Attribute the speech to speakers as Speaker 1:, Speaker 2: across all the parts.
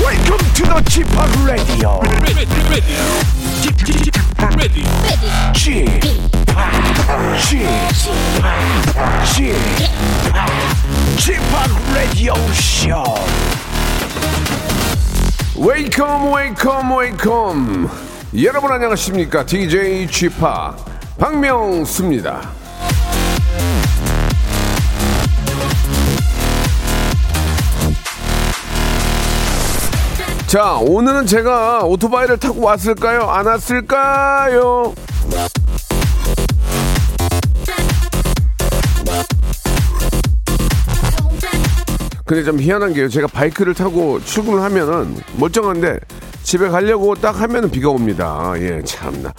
Speaker 1: Welcome to the g p o p Radio.
Speaker 2: ready, ready, ready,
Speaker 1: g p o p G p o p Radio Show.
Speaker 3: 웨이컴 웨이컴 웨이컴 여러분 안녕하십니까 DJ g p 파 박명수입니다 자 오늘은 제가 오토바이를 타고 왔을까요 안 왔을까요 근데 좀 희한한 게요. 제가 바이크를 타고 출근을 하면은 멀쩡한데 집에 가려고 딱 하면은 비가 옵니다. 예, 참나.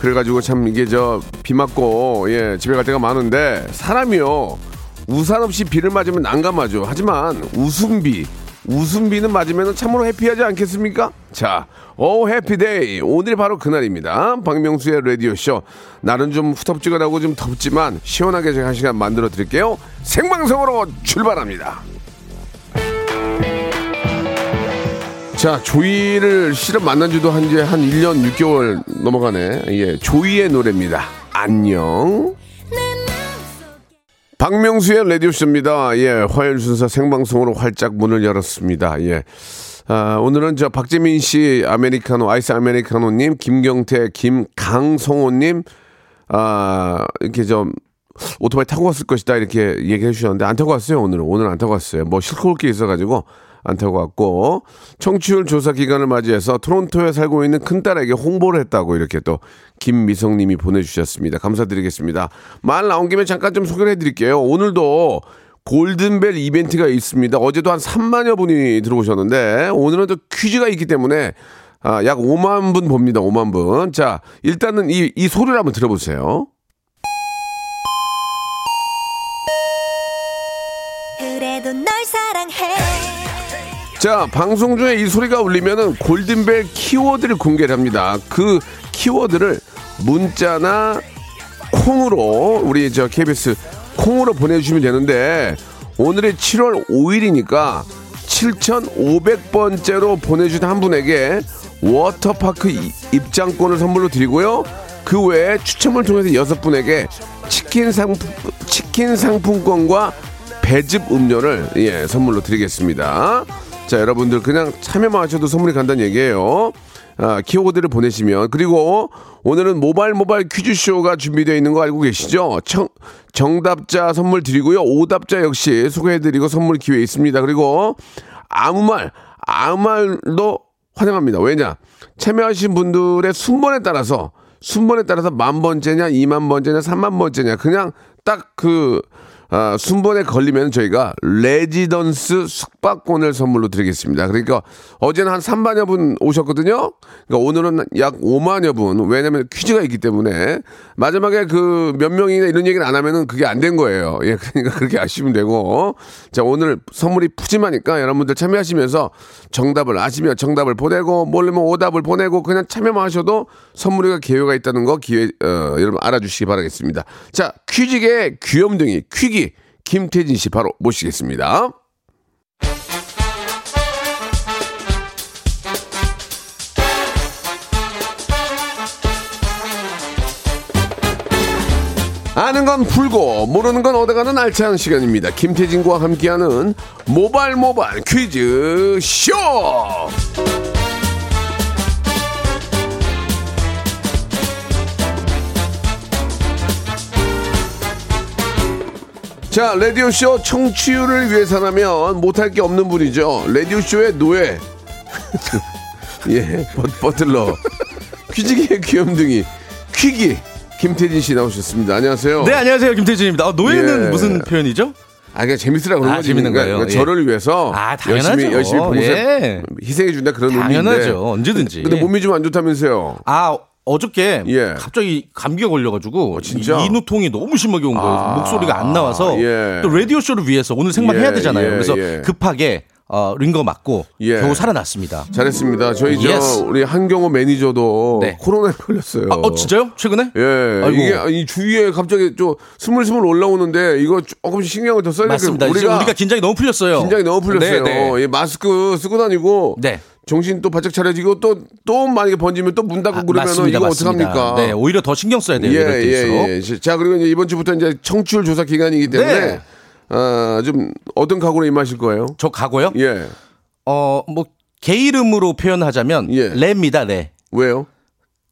Speaker 3: 그래가지고 참 이게 저 비 맞고 예 집에 갈 때가 많은데 사람이요 우산 없이 비를 맞으면 난감하죠. 하지만 웃음비 웃음비는 맞으면 참으로 해피하지 않겠습니까? 자, 오 해피데이 오늘이 바로 그날입니다. 박명수의 라디오 쇼 날은 좀 후텁지근하고 좀 덥지만 시원하게 제가 한 시간 만들어 드릴게요. 생방송으로 출발합니다. 자, 조이를 실은 만난 지도 한 이제 한 1년 6개월 넘어가네. 예, 조이의 노래입니다. 안녕. 박명수의 라디오쇼입니다. 예, 화요일 순서 생방송으로 활짝 문을 열었습니다. 예. 아, 오늘은 저 박재민 씨, 아메리카노, 아이스 아메리카노님, 김경태, 김강성호님, 아, 이렇게 좀 오토바이 타고 왔을 것이다 이렇게 얘기해 주셨는데 안 타고 왔어요 오늘은 오늘 안 타고 왔어요 뭐 실컷 게 있어가지고 안 타고 왔고 청취율 조사 기간을 맞이해서 토론토에 살고 있는 큰딸에게 홍보를 했다고 이렇게 또 김미성님이 보내주셨습니다 감사드리겠습니다 말 나온 김에 잠깐 좀 소개를 해드릴게요 오늘도 골든벨 이벤트가 있습니다. 어제도 한 3만여 분이 들어오셨는데 오늘은 또 퀴즈가 있기 때문에 아, 약 5만 분 봅니다. 5만 분. 자, 일단은 이, 이 소리를 한번 들어보세요.
Speaker 4: 그래도 널 사랑해
Speaker 3: 자, 방송 중에 이 소리가 울리면은 골든벨 키워드를 공개를 합니다. 그 키워드를 문자나 콩으로 우리 저 KBS 콩으로 보내주시면 되는데 오늘이 7월 5일이니까 7,500번째로 보내주신 한 분에게 워터파크 이- 입장권을 선물로 드리고요. 그 외에 추첨을 통해서 여섯 분에게 치킨 상품 치킨 상품권과 배즙 음료를 예 선물로 드리겠습니다. 자 여러분들 그냥 참여만 하셔도 선물이 간다는 얘기예요. 아, 키워드를 보내시면 그리고 오늘은 모발 모발 퀴즈쇼가 준비되어 있는 거 알고 계시죠? 청- 정답자 선물 드리고요. 오답자 역시 소개해드리고 선물 기회 있습니다. 그리고 아무 말 아무 말도 환영합니다. 왜냐? 참여하신 분들의 순번에 따라서 순번에 따라서 만 번째냐, 이만 번째냐, 삼만 번째냐 그냥 딱 그 순번에 걸리면 저희가 레지던스 숙박권을 선물로 드리겠습니다. 그러니까 어제는 한 3만여 분 오셨거든요. 그러니까 오늘은 약 5만여 분. 왜냐면 퀴즈가 있기 때문에 마지막에 그 몇 명이나 이런 얘기를 안 하면은 그게 안 된 거예요. 예, 그러니까 그렇게 아시면 되고. 어? 자, 오늘 선물이 푸짐하니까 여러분들 참여하시면서 정답을 아시면 정답을 보내고 모르면 오답을 보내고 그냥 참여만 하셔도 선물이가 기회가 있다는 거 기회 어, 여러분 알아주시기 바라겠습니다. 자, 퀴즈계 귀염둥이 퀴기 김태진 씨 바로 모시겠습니다. 아는 건 풀고 모르는 건 얻어가는 알찬 시간입니다. 김태진과 함께하는 모발 모발 퀴즈 쇼. 자 라디오 쇼 청취율을 위해서라면 못할 게 없는 분이죠. 라디오 쇼의 노예. 예, 버, 버틀러 퀴즈기의 귀염둥이 퀴기 김태진 씨 나오셨습니다. 안녕하세요.
Speaker 5: 네 안녕하세요 김태진입니다. 아, 노예는
Speaker 3: 예.
Speaker 5: 무슨 표현이죠?
Speaker 3: 아, 그냥 재밌으라고 그런
Speaker 5: 아,
Speaker 3: 거지.
Speaker 5: 재밌는
Speaker 3: 그러니까
Speaker 5: 거예요. 예.
Speaker 3: 저를 위해서
Speaker 5: 아, 당연하죠.
Speaker 3: 열심히 열심히 봉사
Speaker 5: 예.
Speaker 3: 희생해 준다 그런
Speaker 5: 당연하죠. 예.
Speaker 3: 의미인데.
Speaker 5: 언제든지.
Speaker 3: 근데 몸이 좀 안 좋다면서요.
Speaker 5: 아 어저께
Speaker 3: 예. 아,
Speaker 5: 갑자기 감기가 걸려가지고
Speaker 3: 진짜? 아,
Speaker 5: 이- 이누통이 너무 심하게 온 거예요. 목소리가 안 나와서
Speaker 3: 예.
Speaker 5: 또 라디오 쇼를 위해서 오늘 생방
Speaker 3: 예,
Speaker 5: 해야 되잖아요.
Speaker 3: 예,
Speaker 5: 그래서
Speaker 3: 예.
Speaker 5: 급하게 어, 링거 맞고
Speaker 3: 예.
Speaker 5: 겨우 살아났습니다.
Speaker 3: 잘했습니다. 저희 저
Speaker 5: Yes.
Speaker 3: 우리 한경호 매니저도
Speaker 5: 네.
Speaker 3: 코로나에 걸렸어요.
Speaker 5: 아, 어 진짜요? 최근에?
Speaker 3: 예,
Speaker 5: 아이고.
Speaker 3: 이게 이 주위에 갑자기 좀 스물스물 올라오는데 이거 조금씩 신경을 더 써야 될
Speaker 5: 맞습니다.
Speaker 3: 게
Speaker 5: 우리가,
Speaker 3: 그 우리가,
Speaker 5: 우리가 긴장이 너무 풀렸어요.
Speaker 3: 긴장이 너무 풀렸어요.
Speaker 5: 네, 네.
Speaker 3: 예, 마스크 쓰고 다니고
Speaker 5: 네.
Speaker 3: 정신 또 바짝 차려지고 또 또 만약에 번지면 또 문 닫고
Speaker 5: 아,
Speaker 3: 그러면 은
Speaker 5: 맞습니다,
Speaker 3: 이거
Speaker 5: 맞습니다.
Speaker 3: 어떡합니까?
Speaker 5: 네, 오히려 더 신경 써야 돼요.
Speaker 3: 예,
Speaker 5: 이럴 때일수록.
Speaker 3: 예, 예. 자, 그리고 이제 이번 주부터 이제 청취율 조사 기간이기 때문에
Speaker 5: 네.
Speaker 3: 아, 좀 어떤 각오로 임하실 거예요?
Speaker 5: 저 가고요.
Speaker 3: 예.
Speaker 5: 어, 뭐 개 이름으로 표현하자면
Speaker 3: 예.
Speaker 5: 레입니다. 레.
Speaker 3: 왜요?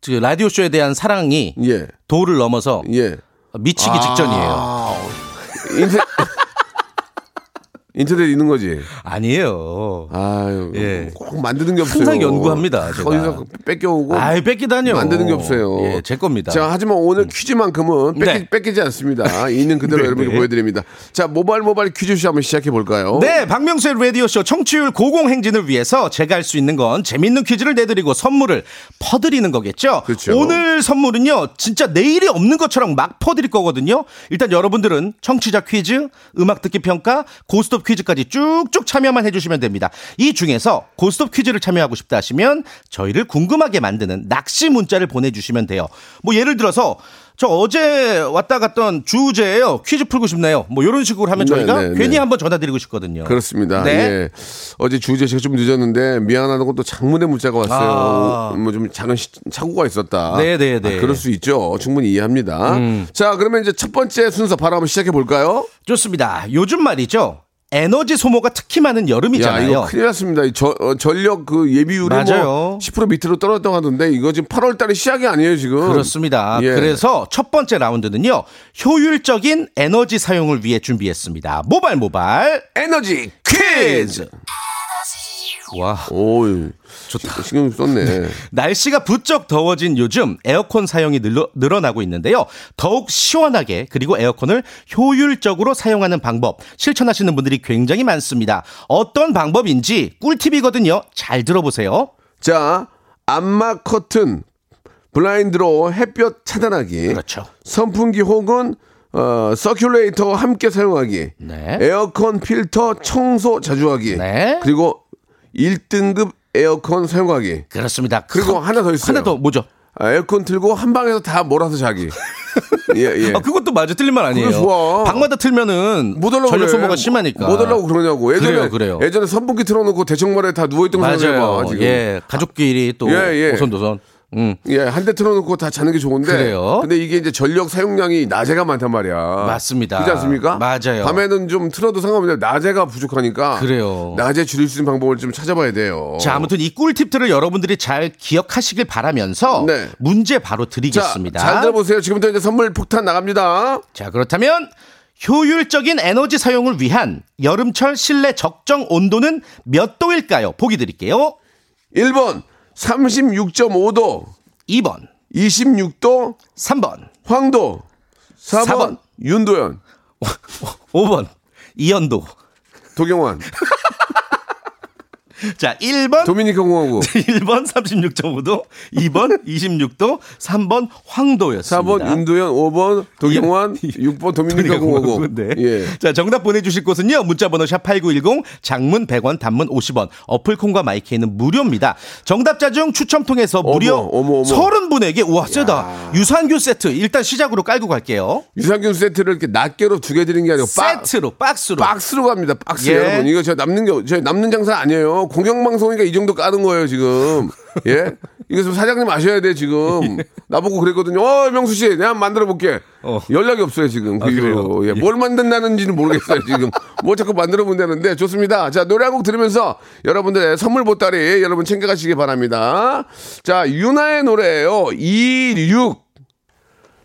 Speaker 5: 그 라디오 쇼에 대한 사랑이
Speaker 3: 예.
Speaker 5: 도를 넘어서
Speaker 3: 예. 아.
Speaker 5: 미치기 직전이에요.
Speaker 3: 인터 인터넷 있는 거지.
Speaker 5: 아니에요.
Speaker 3: 아유,
Speaker 5: 예.
Speaker 3: 꼭 만드는 게 없어요. 아,
Speaker 5: 항상 연구합니다, 제가.
Speaker 3: 거기서 뺏겨오고
Speaker 5: 아이 뺏기다뇨.
Speaker 3: 만드는 게 없어요.
Speaker 5: 예, 제 겁니다.
Speaker 3: 자, 하지만 오늘 퀴즈만큼은 뺏기,
Speaker 5: 네.
Speaker 3: 뺏기지 않습니다. 있는 그대로 여러분께 보여드립니다. 자, 모바일 모바일 퀴즈쇼 한번 시작해 볼까요?
Speaker 5: 네, 박명수의 라디오쇼 청취율 고공행진을 위해서 제가 할 수 있는 건 재밌는 퀴즈를 내드리고 선물을 퍼드리는 거겠죠.
Speaker 3: 그렇죠.
Speaker 5: 오늘 선물은요, 진짜 내일이 없는 것처럼 막 퍼드릴 거거든요. 일단 여러분들은 청취자 퀴즈, 음악 듣기 평가, 고스톱 퀴즈까지 쭉쭉 참여만 해주시면 됩니다. 이 중에서 고스톱 퀴즈를 참여하고 싶다 하시면 저희를 궁금하게 만드는 낚시 문자를 보내주시면 돼요. 뭐 예를 들어서 저 어제 왔다 갔던 주제예요. 퀴즈 풀고 싶네요. 뭐 이런 식으로 하면
Speaker 3: 네,
Speaker 5: 저희가
Speaker 3: 네, 네.
Speaker 5: 괜히 한번 전화드리고 싶거든요.
Speaker 3: 그렇습니다.
Speaker 5: 네.
Speaker 3: 예. 어제 주제 제가 좀 늦었는데 미안하다고 또 장문의 문자가 왔어요.
Speaker 5: 아.
Speaker 3: 뭐 좀 작은 시- 착오가 있었다.
Speaker 5: 네, 네, 음. 네.
Speaker 3: 아, 그럴 수 있죠. 충분히 이해합니다. 자, 그러면 이제 첫 번째 순서 바로 한번 시작해 볼까요?
Speaker 5: 좋습니다. 요즘 말이죠. 에너지 소모가 특히 많은
Speaker 3: 야,
Speaker 5: 여름이잖아요.
Speaker 3: 이거 큰일 났습니다. 이 저, 어, 전력 그 예비율이
Speaker 5: 맞아요.
Speaker 3: 뭐10% 밑으로 떨어졌다고 하던데 이거 지금 8월 달에 시작이 아니에요, 지금.
Speaker 5: 그렇습니다.
Speaker 3: 예.
Speaker 5: 그래서 첫 번째 라운드는요. 효율적인 에너지 사용을 위해 준비했습니다. 모발 모발
Speaker 3: 에너지 퀴즈.
Speaker 5: 와.
Speaker 3: 오유. 좋다. 신경 썼네.
Speaker 5: 날씨가 부쩍 더워진 요즘 에어컨 사용이 늘러, 늘어나고 있는데요. 더욱 시원하게 그리고 에어컨을 효율적으로 사용하는 방법 실천하시는 분들이 굉장히 많습니다. 어떤 방법인지 꿀팁이거든요. 잘 들어보세요.
Speaker 3: 자, 안마 커튼, 블라인드로 햇볕 차단하기.
Speaker 5: 그렇죠.
Speaker 3: 선풍기 혹은 어, 서큘레이터 함께 사용하기.
Speaker 5: 네.
Speaker 3: 에어컨 필터 청소 자주 하기.
Speaker 5: 네.
Speaker 3: 그리고 1등급 에어컨 사용하기.
Speaker 5: 그렇습니다.
Speaker 3: 그리고 하나 더 있어요.
Speaker 5: 하나 더 뭐죠?
Speaker 3: 아, 에어컨 틀고 한 방에서 다 몰아서 자기. 예, 예.
Speaker 5: 아, 그것도 맞아 틀린 말 아니에요.
Speaker 3: 그거 좋아.
Speaker 5: 방마다 틀면은
Speaker 3: 못 올라고
Speaker 5: 전력
Speaker 3: 그래.
Speaker 5: 소모가 심하니까.
Speaker 3: 못 올라고 그러냐고. 예전에
Speaker 5: 그래요, 그래요.
Speaker 3: 예전에 선풍기 틀어놓고 대청마루에 다 누워있던 거
Speaker 5: 맞아요.
Speaker 3: 생각해봐 지금.
Speaker 5: 예, 가족끼리 또
Speaker 3: 예, 예.
Speaker 5: 오선도선. 음.
Speaker 3: 예, 한 대 틀어놓고 다 자는 게 좋은데.
Speaker 5: 그래요?
Speaker 3: 근데 이게 이제 전력 사용량이 낮에가 많단 말이야.
Speaker 5: 맞습니다.
Speaker 3: 그렇지 않습니까?
Speaker 5: 맞아요.
Speaker 3: 밤에는 좀 틀어도 상관없는데 낮에가 부족하니까.
Speaker 5: 그래요.
Speaker 3: 낮에 줄일 수 있는 방법을 좀 찾아봐야 돼요.
Speaker 5: 자, 아무튼 이 꿀팁들을 여러분들이 잘 기억하시길 바라면서
Speaker 3: 네.
Speaker 5: 문제 바로
Speaker 3: 자,
Speaker 5: 드리겠습니다.
Speaker 3: 잘 들어보세요. 지금부터 이제 선물 폭탄 나갑니다.
Speaker 5: 자, 그렇다면 효율적인 에너지 사용을 위한 여름철 실내 적정 온도는 몇 도일까요? 보기 드릴게요.
Speaker 3: 1번 36.5도,
Speaker 5: 2번,
Speaker 3: 26도,
Speaker 5: 3번,
Speaker 3: 황도, 4번,
Speaker 5: 사 번.
Speaker 3: 윤도현,
Speaker 5: 5번, 이연도.
Speaker 3: 도경환,
Speaker 5: 자, 1번,
Speaker 3: 도미니카 공화국,
Speaker 5: 1번 36.5도, 2번 26도, 3번 황도였습니다.
Speaker 3: 4번 윤도현, 5번 도경환, 6번 도미니카 공화국.
Speaker 5: 네.
Speaker 3: 예.
Speaker 5: 자, 정답 보내주실 곳은요. 문자번호 샵8910, 장문 100원, 단문 50원, 어플콘과 마이케이는 무료입니다. 정답자 중 추첨 통해서 무려
Speaker 3: 어머, 어머.
Speaker 5: 30분에게, 우와, 세다. 유산균 세트 일단 시작으로 깔고 갈게요.
Speaker 3: 유산균 세트를 이렇게 낱개로 두 개 드린 게 아니고 그 빡-
Speaker 5: 세트로, 박스로.
Speaker 3: 박스로 갑니다. 박스
Speaker 5: 예.
Speaker 3: 여러분 이거 저 남는 게 저 남는 장사 아니에요. 공영방송이니까 이 정도 까는 거예요 지금. 예? 이거 좀 사장님 아셔야 돼 지금. 나보고 그랬거든요. 어 명수 씨 내가 만들어 볼게.
Speaker 5: 예. 어.
Speaker 3: 연락이 없어요 지금. 그
Speaker 5: 아,
Speaker 3: 이후로. 예. 뭘 만든다는지는 모르겠어요 지금. 뭐 자꾸 만들어 본다는데 좋습니다. 자 노래 한 곡 들으면서 여러분들의 선물 보따리 여러분 챙겨가시기 바랍니다. 자 유나의 노래예요. 26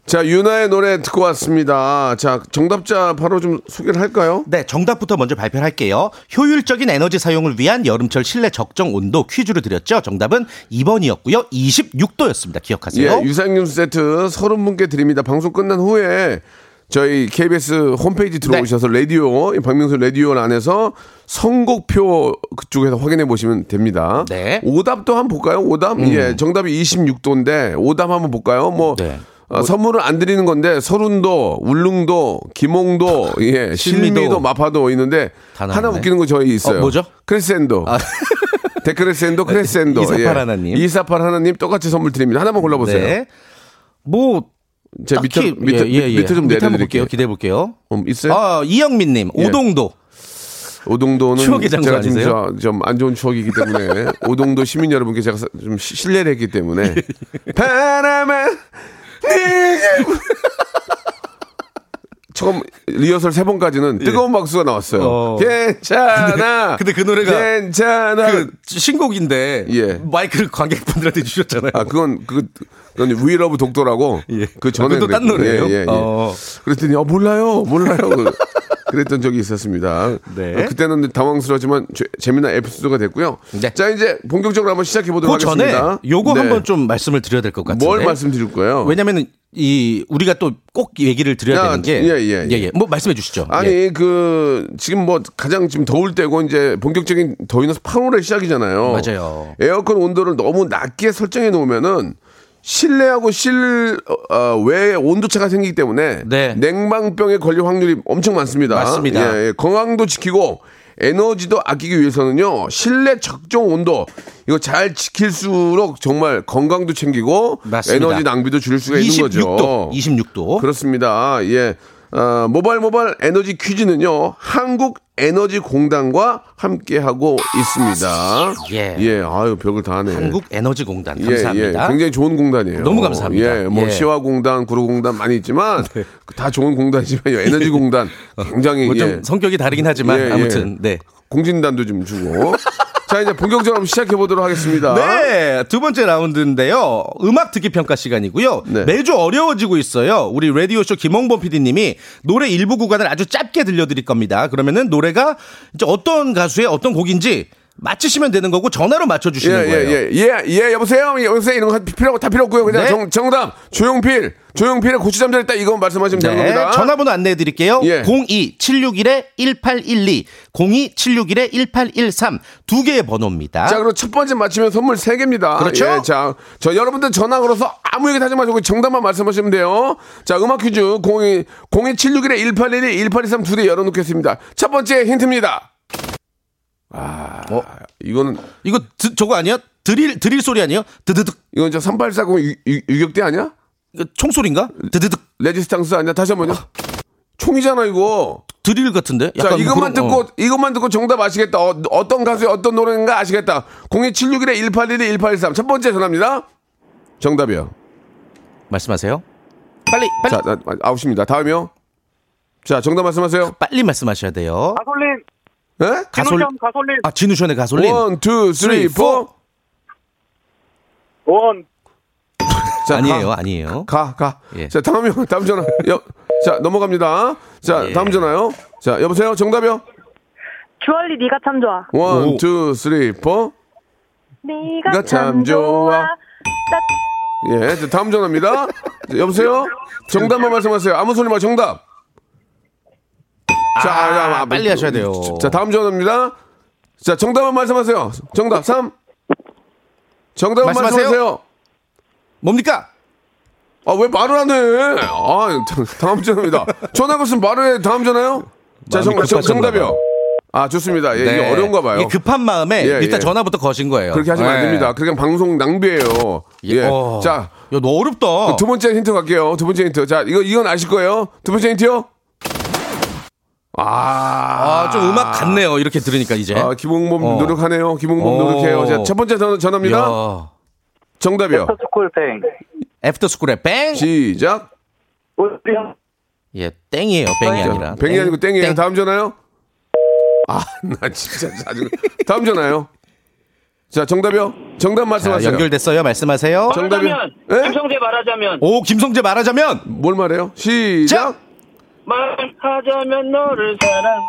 Speaker 3: 자, 유나의 노래 듣고 왔습니다. 자, 정답자 바로 좀 소개를 할까요?
Speaker 5: 네, 정답부터 먼저 발표할게요. 효율적인 에너지 사용을 위한 여름철 실내 적정 온도 퀴즈로 드렸죠. 정답은 2번이었고요. 26도였습니다. 기억하세요.
Speaker 3: 예, 유산균 세트 30분께 드립니다. 방송 끝난 후에 저희 KBS 홈페이지 들어오셔서
Speaker 5: 네.
Speaker 3: 라디오, 이 박명수 라디오 안에서 선곡표 그쪽에서 확인해 보시면 됩니다.
Speaker 5: 네. 음.
Speaker 3: 오답도 한번 볼까요? 오답? 예, 정답이 26도인데 오답 한번 볼까요? 뭐
Speaker 5: 네.
Speaker 3: 어, 선물을 안 드리는 건데 서른도, 울릉도, 김홍도, 예,
Speaker 5: 신미도.
Speaker 3: 신미도, 마파도 있는데
Speaker 5: 다 나왔네.
Speaker 3: 하나 웃기는 거 저희 있어요.
Speaker 5: 어, 뭐죠?
Speaker 3: 크레센도. 데크레센도, 크레센도. 예.
Speaker 5: 이사팔 하나님.
Speaker 3: 이사팔 하나님 똑같이 선물 드립니다. 하나만 골라보세요.
Speaker 5: 네. 뭐
Speaker 3: 제 밑에
Speaker 5: 딱히
Speaker 3: 밑에
Speaker 5: 예, 예, 예.
Speaker 3: 밑에 좀
Speaker 5: 밑에 한번
Speaker 3: 내려드릴게요.
Speaker 5: 볼게요. 기대해 볼게요.
Speaker 3: 음, 있어요?
Speaker 5: 아 이영민님
Speaker 3: 예.
Speaker 5: 오동도
Speaker 3: 오동도는
Speaker 5: 추억의 장소
Speaker 3: 제가
Speaker 5: 아니세요?
Speaker 3: 좀안 좋은 추억이기 때문에 오동도 시민 여러분께 제가 사- 좀 시- 신뢰를 했기 때문에 바람아 내게 처음 리허설 세 번까지는 뜨거운 박수가 나왔어요.
Speaker 5: 예. 어.
Speaker 3: 괜찮아.
Speaker 5: 근데- 근데 그 노래가
Speaker 3: 괜찮아.
Speaker 5: 그 신곡인데
Speaker 3: 예.
Speaker 5: 마이크를 관객분들한테 주셨잖아요.
Speaker 3: 아 그건 그 그건 위러브 독도라고
Speaker 5: 예.
Speaker 3: 그 전에
Speaker 5: 그것도 딴 노래예요? 어.
Speaker 3: 그랬더니 어 몰라요 몰라요 그- 그랬던 적이 있었습니다.
Speaker 5: 네.
Speaker 3: 어, 그때는 당황스러웠지만 제- 재미난 에피소드가 됐고요.
Speaker 5: 네.
Speaker 3: 자 이제 본격적으로 한번 시작해 보도록
Speaker 5: 그 전에
Speaker 3: 하겠습니다.
Speaker 5: 요거
Speaker 3: 네.
Speaker 5: 한번 좀 말씀을 드려야 될 것 같은데.
Speaker 3: 뭘 말씀드릴 거예요?
Speaker 5: 왜냐면은 이 우리가 또 꼭 얘기를 드려야
Speaker 3: 야,
Speaker 5: 되는 게
Speaker 3: 예, 예, 예.
Speaker 5: 뭐 말씀해 주시죠.
Speaker 3: 아니
Speaker 5: 예.
Speaker 3: 그 지금 뭐 가장 지금 더울 때고 이제 본격적인 더위는 8월의 시작이잖아요.
Speaker 5: 맞아요.
Speaker 3: 에어컨 온도를 너무 낮게 설정해 놓으면은 실내하고 어, 실외의 온도 차가 생기기 때문에
Speaker 5: 네.
Speaker 3: 냉방병에 걸릴 확률이 엄청 많습니다.
Speaker 5: 맞습니다.
Speaker 3: 예, 예. 건강도 지키고 에너지도 아끼기 위해서는요 실내 적정 온도 이거 잘 지킬수록 정말 건강도 챙기고
Speaker 5: 맞습니다.
Speaker 3: 에너지 낭비도 줄일 수가 있는 거죠.
Speaker 5: 26도, 26도.
Speaker 3: 그렇습니다. 예. 어, 모발 모발 에너지 퀴즈는요 한국 에너지 공단과 함께하고 있습니다.
Speaker 5: 예.
Speaker 3: 아유 벽을 다 하네.
Speaker 5: 한국 에너지 공단
Speaker 3: 예,
Speaker 5: 감사합니다.
Speaker 3: 예, 굉장히 좋은 공단이에요.
Speaker 5: 너무 감사합니다.
Speaker 3: 예, 뭐
Speaker 5: 예. 네.
Speaker 3: 시화공단, 구로공단 많이 있지만 다 좋은 공단이지만 요 에너지 공단 굉장히
Speaker 5: 어. 뭐좀
Speaker 3: 예.
Speaker 5: 성격이 다르긴 하지만
Speaker 3: 예, 예.
Speaker 5: 아무튼 네.
Speaker 3: 공진단도 좀 주고. 자 이제 본격적으로 시작해 보도록 하겠습니다.
Speaker 5: 네, 두 번째 라운드인데요. 음악 듣기 평가 시간이고요.
Speaker 3: 네.
Speaker 5: 매주 어려워지고 있어요. 우리 라디오쇼 김홍범 PD님이 노래 일부 구간을 아주 짧게 들려드릴 겁니다. 그러면은 노래가 이제 어떤 가수의 어떤 곡인지 맞히시면 되는 거고 전화로 맞춰주시는 거예요.
Speaker 3: 예예예예 예, 예, 여보세요 여보세요 이런 거 필요 다 필요 없고요 그냥
Speaker 5: 네.
Speaker 3: 정, 정답 조용필 조용필의 고추잠 잘했다 이거 말씀하시면 되는
Speaker 5: 네,
Speaker 3: 겁니다.
Speaker 5: 전화번호 안내해 드릴게요.
Speaker 3: 예.
Speaker 5: 02761-1812, 02761-1813. 두 개의 번호입니다.
Speaker 3: 자, 그럼 첫 번째 맞히면 선물 세개입니다 예,
Speaker 5: 그렇죠?
Speaker 3: 자, 저 여러분들 전화 걸어서 아무 얘기 하지 마시고 정답만 말씀하시면 돼요. 자, 음악 퀴즈 02, 02761에 1812, 1823 두 대 열어놓겠습니다. 첫 번째 힌트입니다. 아,
Speaker 5: 어?
Speaker 3: 이거는,
Speaker 5: 이거 드- 저거 아니야? 드릴 드릴 소리 아니에요? 드드득.
Speaker 3: 이건 저 3840 유- 유- 유격대 아니야?
Speaker 5: 이거 총소리인가? 드드득.
Speaker 3: 레지스탕스 아니야? 다시 한 번요. 총이잖아, 이거.
Speaker 5: 드릴 같은데?
Speaker 3: 자,
Speaker 5: 약간
Speaker 3: 이것만
Speaker 5: 그런-
Speaker 3: 듣고,
Speaker 5: 어.
Speaker 3: 이것만 듣고 정답 아시겠다. 어, 떤 가수의 어떤 노래인가 아시겠다. 02761에 1812, 1823. 첫 번째 전화입니다. 정답이요.
Speaker 5: 말씀하세요. 빨리 빨리
Speaker 3: 자, 나- 아, 아웃입니다. 다음이요. 자, 정답 말씀하세요.
Speaker 5: 빨리 말씀하셔야 돼요.
Speaker 3: 아,
Speaker 6: 가솔린,
Speaker 3: 예?
Speaker 5: 가솔
Speaker 6: 진우션 가솔린.
Speaker 5: 아 진우션의 가솔린.
Speaker 3: 원, 투, 쓰리, 포.
Speaker 6: 원,
Speaker 3: 자,
Speaker 5: 아니에요, 아니에요.
Speaker 3: 가, 가.
Speaker 5: 예.
Speaker 3: 자, 다음이요. 다음 전화. 여, 자, 넘어갑니다. 자,
Speaker 5: 예.
Speaker 3: 다음 전화요. 자, 여보세요. 정답이요.
Speaker 7: 주얼리 네가 참 좋아.
Speaker 3: 원,
Speaker 5: 오.
Speaker 3: 투, 쓰리, 포. 네가
Speaker 7: 네가
Speaker 3: 참
Speaker 7: 참
Speaker 3: 좋아.
Speaker 7: 좋아.
Speaker 3: 예, 자, 다음 전화입니다. 자, 여보세요. 정답만 말씀하세요. 아무 소리 마. 정답. 자, 야, 아,
Speaker 5: 빨리 하셔야 돼요.
Speaker 3: 자, 다음 전화입니다. 자, 정답만 말씀하세요. 정답 삼. 정답만
Speaker 5: 말씀하세요.
Speaker 3: 말씀하세요.
Speaker 5: 뭡니까?
Speaker 3: 아 왜 말을 안 해? 아 다- 다음 전화입니다. 전화 걸으면 말을 해. 다음 전화요? 자 정,
Speaker 5: 마음이
Speaker 3: 정,
Speaker 5: 급하셨나
Speaker 3: 정답이요. 아 좋습니다. 예, 이게
Speaker 5: 네.
Speaker 3: 어려운가 봐요.
Speaker 5: 이게 급한 마음에
Speaker 3: 예,
Speaker 5: 일단
Speaker 3: 예.
Speaker 5: 전화부터 거신 거예요.
Speaker 3: 그렇게 하시면 안
Speaker 5: 네.
Speaker 3: 됩니다. 그냥 방송 낭비예요. 예.
Speaker 5: 어.
Speaker 3: 자. 그
Speaker 5: 야, 너 어렵다.
Speaker 3: 두 번째 힌트 갈게요. 두 번째 힌트. 자, 이거, 이건 아실 거예요. 두 번째 힌트요? 아.
Speaker 5: 아, 좀 음악 같네요. 이렇게 들으니까 이제.
Speaker 3: 아, 김홍범
Speaker 5: 어.
Speaker 3: 노력하네요. 김홍범
Speaker 5: 어.
Speaker 3: 노력해요. 자, 첫 번째 전, 전화입니다.
Speaker 5: 야.
Speaker 3: 정답이요.
Speaker 6: 스쿨뱅.
Speaker 5: 애프터 스쿨의 뱅.
Speaker 3: 시작.
Speaker 6: 우리 형,
Speaker 5: 예, 땡이에요. 뱅이
Speaker 3: 자,
Speaker 5: 아니라.
Speaker 3: 백이 아니고 땡이에요.
Speaker 5: 땡.
Speaker 3: 다음 전화요? 아, 나 진짜 자주. 다음 전화요? 자, 정답이요? 정답
Speaker 5: 자,
Speaker 3: 말씀하세요.
Speaker 5: 연결됐어요. 말씀하세요.
Speaker 3: 정답이요?
Speaker 6: 말하자면,
Speaker 3: 예?
Speaker 6: 김성재 말하자면,
Speaker 5: 오, 김성재 말하자면
Speaker 3: 뭘 말해요? 시작!
Speaker 5: 자!
Speaker 6: 말하자면 너를 사랑.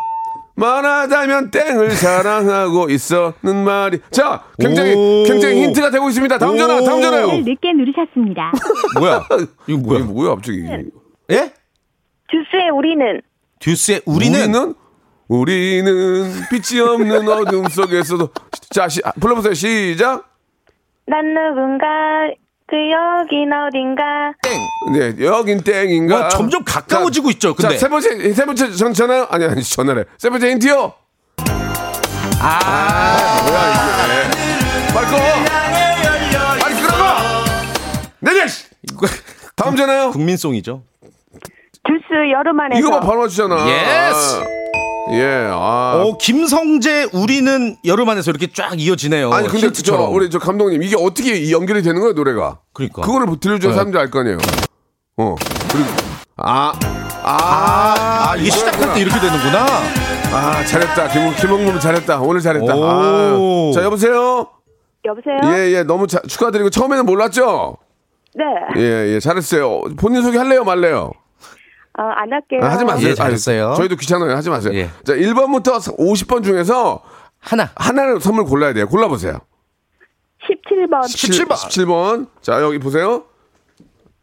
Speaker 3: 말하자면 땡을 사랑하고 있어는 말이. 자, 굉장히,
Speaker 5: 오.
Speaker 3: 굉장히 힌트가 되고 있습니다. 다음 전화,
Speaker 5: 오.
Speaker 3: 다음 전화요!
Speaker 7: 를 늦게 누르셨습니다.
Speaker 5: 뭐야? 이거
Speaker 3: 이게
Speaker 5: 뭐야?
Speaker 3: 뭐야, 갑자기.
Speaker 5: 예?
Speaker 7: 주스의 우리는
Speaker 5: 듀스의 우리는
Speaker 3: 우리는? 우리는 빛이 없는 어둠 속에서도. 자, 시, 아, 불러보세요. 시작!
Speaker 7: 난 누군가 그 여긴 어딘가
Speaker 3: 네, 여긴 땡인가?
Speaker 5: 와, 점점 가까워지고 있죠, 근데.
Speaker 3: 자, 세 번째, 세 번째 전, 전화, 아니, 아니, 전화래. 세 번째 힌트요! 아, 뭐야, 이게. 빨리 꺼! 빨리 끌어봐! 내려! 씨! 다음 전화요?
Speaker 5: 국민송이죠.
Speaker 7: 주스 여름 안에서
Speaker 3: 이거 봐, 바로 맞추잖아.
Speaker 5: 예스!
Speaker 3: 예, 아.
Speaker 5: 어, 김성재 우리는 여름 안에서 이렇게 쫙 이어지네요.
Speaker 3: 아니, 근데 저,
Speaker 5: 힌트처럼.
Speaker 3: 우리 저 감독님, 이게 어떻게 연결이 되는 거예요, 노래가?
Speaker 5: 그러니까.
Speaker 3: 그거를 뭐 들려줘야
Speaker 5: 네.
Speaker 3: 사람들 알 거 아니에요. 어. 그리고, 아,
Speaker 5: 아, 이게 시작할 때 이렇게 되는구나.
Speaker 3: 아, 잘했다. 김, 김홍범 잘했다. 오늘 잘했다.
Speaker 5: 오.
Speaker 3: 아. 자, 여보세요?
Speaker 7: 여보세요?
Speaker 3: 예, 예, 너무 자- 축하드리고 처음에는 몰랐죠?
Speaker 7: 네.
Speaker 3: 예, 예, 잘했어요. 본인 소개 할래요, 말래요?
Speaker 7: 어, 안 할게요.
Speaker 3: 아, 하지 마세요.
Speaker 5: 예, 잘했어요.
Speaker 3: 아니, 저희도 귀찮아요. 하지 마세요.
Speaker 5: 예.
Speaker 3: 자, 1번부터 50번 중에서
Speaker 5: 하나.
Speaker 3: 하나를 선물 골라야 돼요. 골라 보세요.
Speaker 7: 17번
Speaker 5: 17번.
Speaker 3: 17번. 자, 여기 보세요.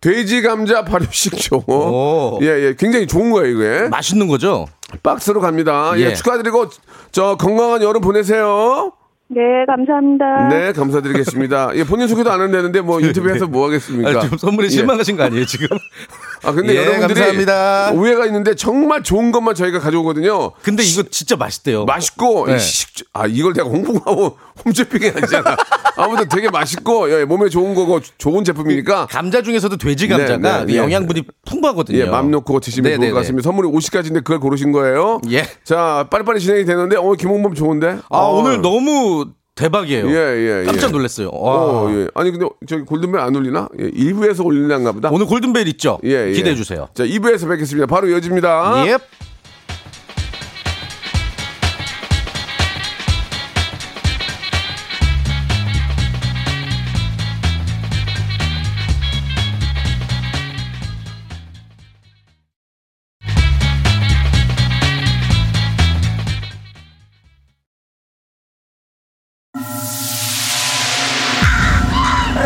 Speaker 3: 돼지 감자 발효식초.
Speaker 5: 오.
Speaker 3: 예, 예. 굉장히 좋은 거예요, 이게.
Speaker 5: 맛있는 거죠?
Speaker 3: 박스로 갑니다. 예,
Speaker 5: 예.
Speaker 3: 축하드리고 저 건강한 여름 보내세요.
Speaker 7: 네 감사합니다.
Speaker 3: 네, 감사드리겠습니다. 예, 본인 소개도 안 한다는데 뭐 인터뷰해서 뭐 하겠습니까?
Speaker 5: 네, 아, 지금 선물에
Speaker 3: 예.
Speaker 5: 실망하신 거 아니에요, 지금?
Speaker 3: 아 근데
Speaker 5: 예,
Speaker 3: 여러분들이
Speaker 5: 감사합니다.
Speaker 3: 오해가 있는데 정말 좋은 것만 저희가 가져오거든요.
Speaker 5: 근데 이거 진짜 맛있대요.
Speaker 3: 맛있고
Speaker 5: 네.
Speaker 3: 이 식- 아 이걸 내가 홍보하고 홈쇼핑이 아니잖아. 아무튼 되게 맛있고 예, 몸에 좋은 거고 조- 좋은 제품이니까
Speaker 5: 감자 중에서도 돼지 감자가
Speaker 3: 네, 네, 예.
Speaker 5: 영양분이 풍부하거든요.
Speaker 3: 예, 맘 놓고 드시면 좋을
Speaker 5: 네네네.
Speaker 3: 것 같습니다. 선물이 50까지인데 그걸 고르신 거예요.
Speaker 5: 예.
Speaker 3: 자, 빨리빨리 진행이 되는데 어 김홍범 좋은데? 어.
Speaker 5: 아, 오늘 너무 대박이에요.
Speaker 3: 예, 예, 예.
Speaker 5: 깜짝 놀랐어요. 와.
Speaker 3: 어, 예. 아니 근데 저기 골든벨 안 울리나? 예, 1부에서 울리는가 보다.
Speaker 5: 오늘 골든벨 있죠?
Speaker 3: 예, 아. 예.
Speaker 5: 기대해 주세요.
Speaker 3: 자, 2부에서 뵙겠습니다. 바로 이어집니다.
Speaker 5: 예.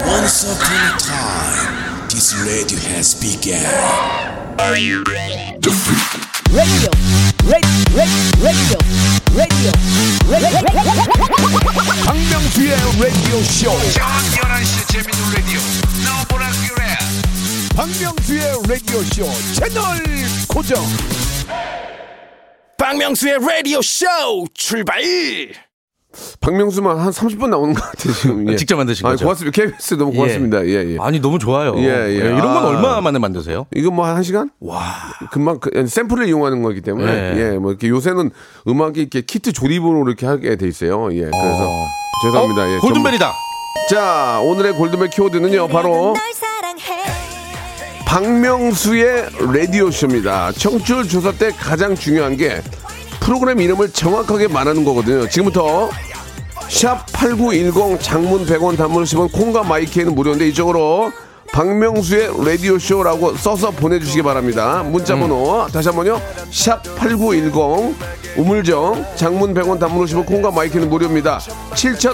Speaker 1: Once upon a time, this radio has begun.
Speaker 8: radio, radio, radio, radio, radio, radio.
Speaker 1: 박명수의 라디오 쇼. 저녁 11시 재밌는 라디오. 너보라 그래. 박명수의 라디오 쇼 채널 고정. 박명수의 라디오 쇼 출발.
Speaker 3: 박명수만 한 30분 나오는 것 같아요, 지금. 예.
Speaker 5: 직접 만드신
Speaker 3: 아니,
Speaker 5: 거죠?
Speaker 3: 고맙습니다. KBS 너무 고맙습니다. 예, 예.
Speaker 5: 아니 너무 좋아요.
Speaker 3: 예, 예.
Speaker 5: 이런 건
Speaker 3: 아.
Speaker 5: 얼마 만에 만드세요?
Speaker 3: 이거 뭐 한 시간? 금방 그- 샘플을 이용하는 거기 때문에
Speaker 5: 예.
Speaker 3: 예, 뭐 이렇게 요새는 음악이 이렇게 키트 조립으로 이렇게 하게 돼 있어요. 예, 그래서 죄송합니다. 예, 좀-
Speaker 5: 어? 골든벨이다.
Speaker 3: 자, 오늘의 골든벨 키워드는요,
Speaker 4: 그래도
Speaker 3: 어, 바로
Speaker 4: 널 사랑해
Speaker 3: 박명수의 라디오 쇼입니다. 청출 조사 때 가장 중요한 게 프로그램 이름을 정확하게 말하는 거거든요. 지금부터 샵 8910 장문 100원 단문 10원 콩과 마이키에는 무료인데 이쪽으로 박명수의 라디오 쇼라고 써서 보내주시기 바랍니다. 문자 번호 다시 한번요. 샵 8910 우물정 장문 100원 단문 50원 콩과 마이키는 무료입니다.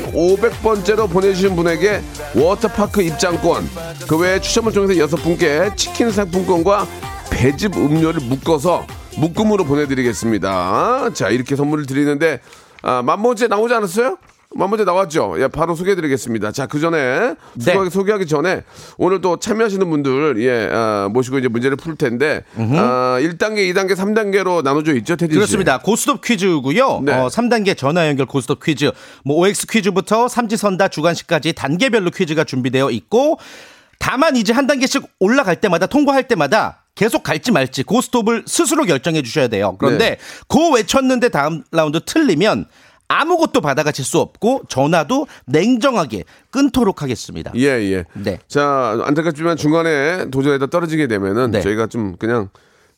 Speaker 3: 7500번째로 보내주신 분에게 워터파크 입장권 그 외에 추첨을 통해서 여섯 분께 치킨 상품권과 배즙 음료를 묶어서 묶음으로 보내드리겠습니다. 자 이렇게 선물을 드리는데 아, 만번째 나오지 않았어요? 만번째 나왔죠? 예, 바로 소개해드리겠습니다. 자, 그 전에
Speaker 5: 네.
Speaker 3: 소개하기, 소개하기 전에 오늘 또 참여하시는 분들 예 아, 모시고 이제 문제를 풀 텐데 아, 1단계, 2단계, 3단계로 나눠져 있죠, 테디 씨?
Speaker 5: 예. 그렇습니다. 고스톱 퀴즈고요.
Speaker 3: 네.
Speaker 5: 어, 3단계 전화 연결 고스톱 퀴즈, 뭐 OX 퀴즈부터 삼지선다 주간식까지 단계별로 퀴즈가 준비되어 있고 다만 이제 한 단계씩 올라갈 때마다 통과할 때마다 계속 갈지 말지 고스톱을 스스로 결정해 주셔야 돼요. 그런데
Speaker 3: 네.
Speaker 5: 고 외쳤는데 다음 라운드 틀리면 아무것도 받아가실 수 없고 전화도 냉정하게 끊도록 하겠습니다.
Speaker 3: 예, 예.
Speaker 5: 네.
Speaker 3: 자, 안타깝지만 중간에 도전에다 떨어지게 되면은
Speaker 5: 네.
Speaker 3: 저희가 좀 그냥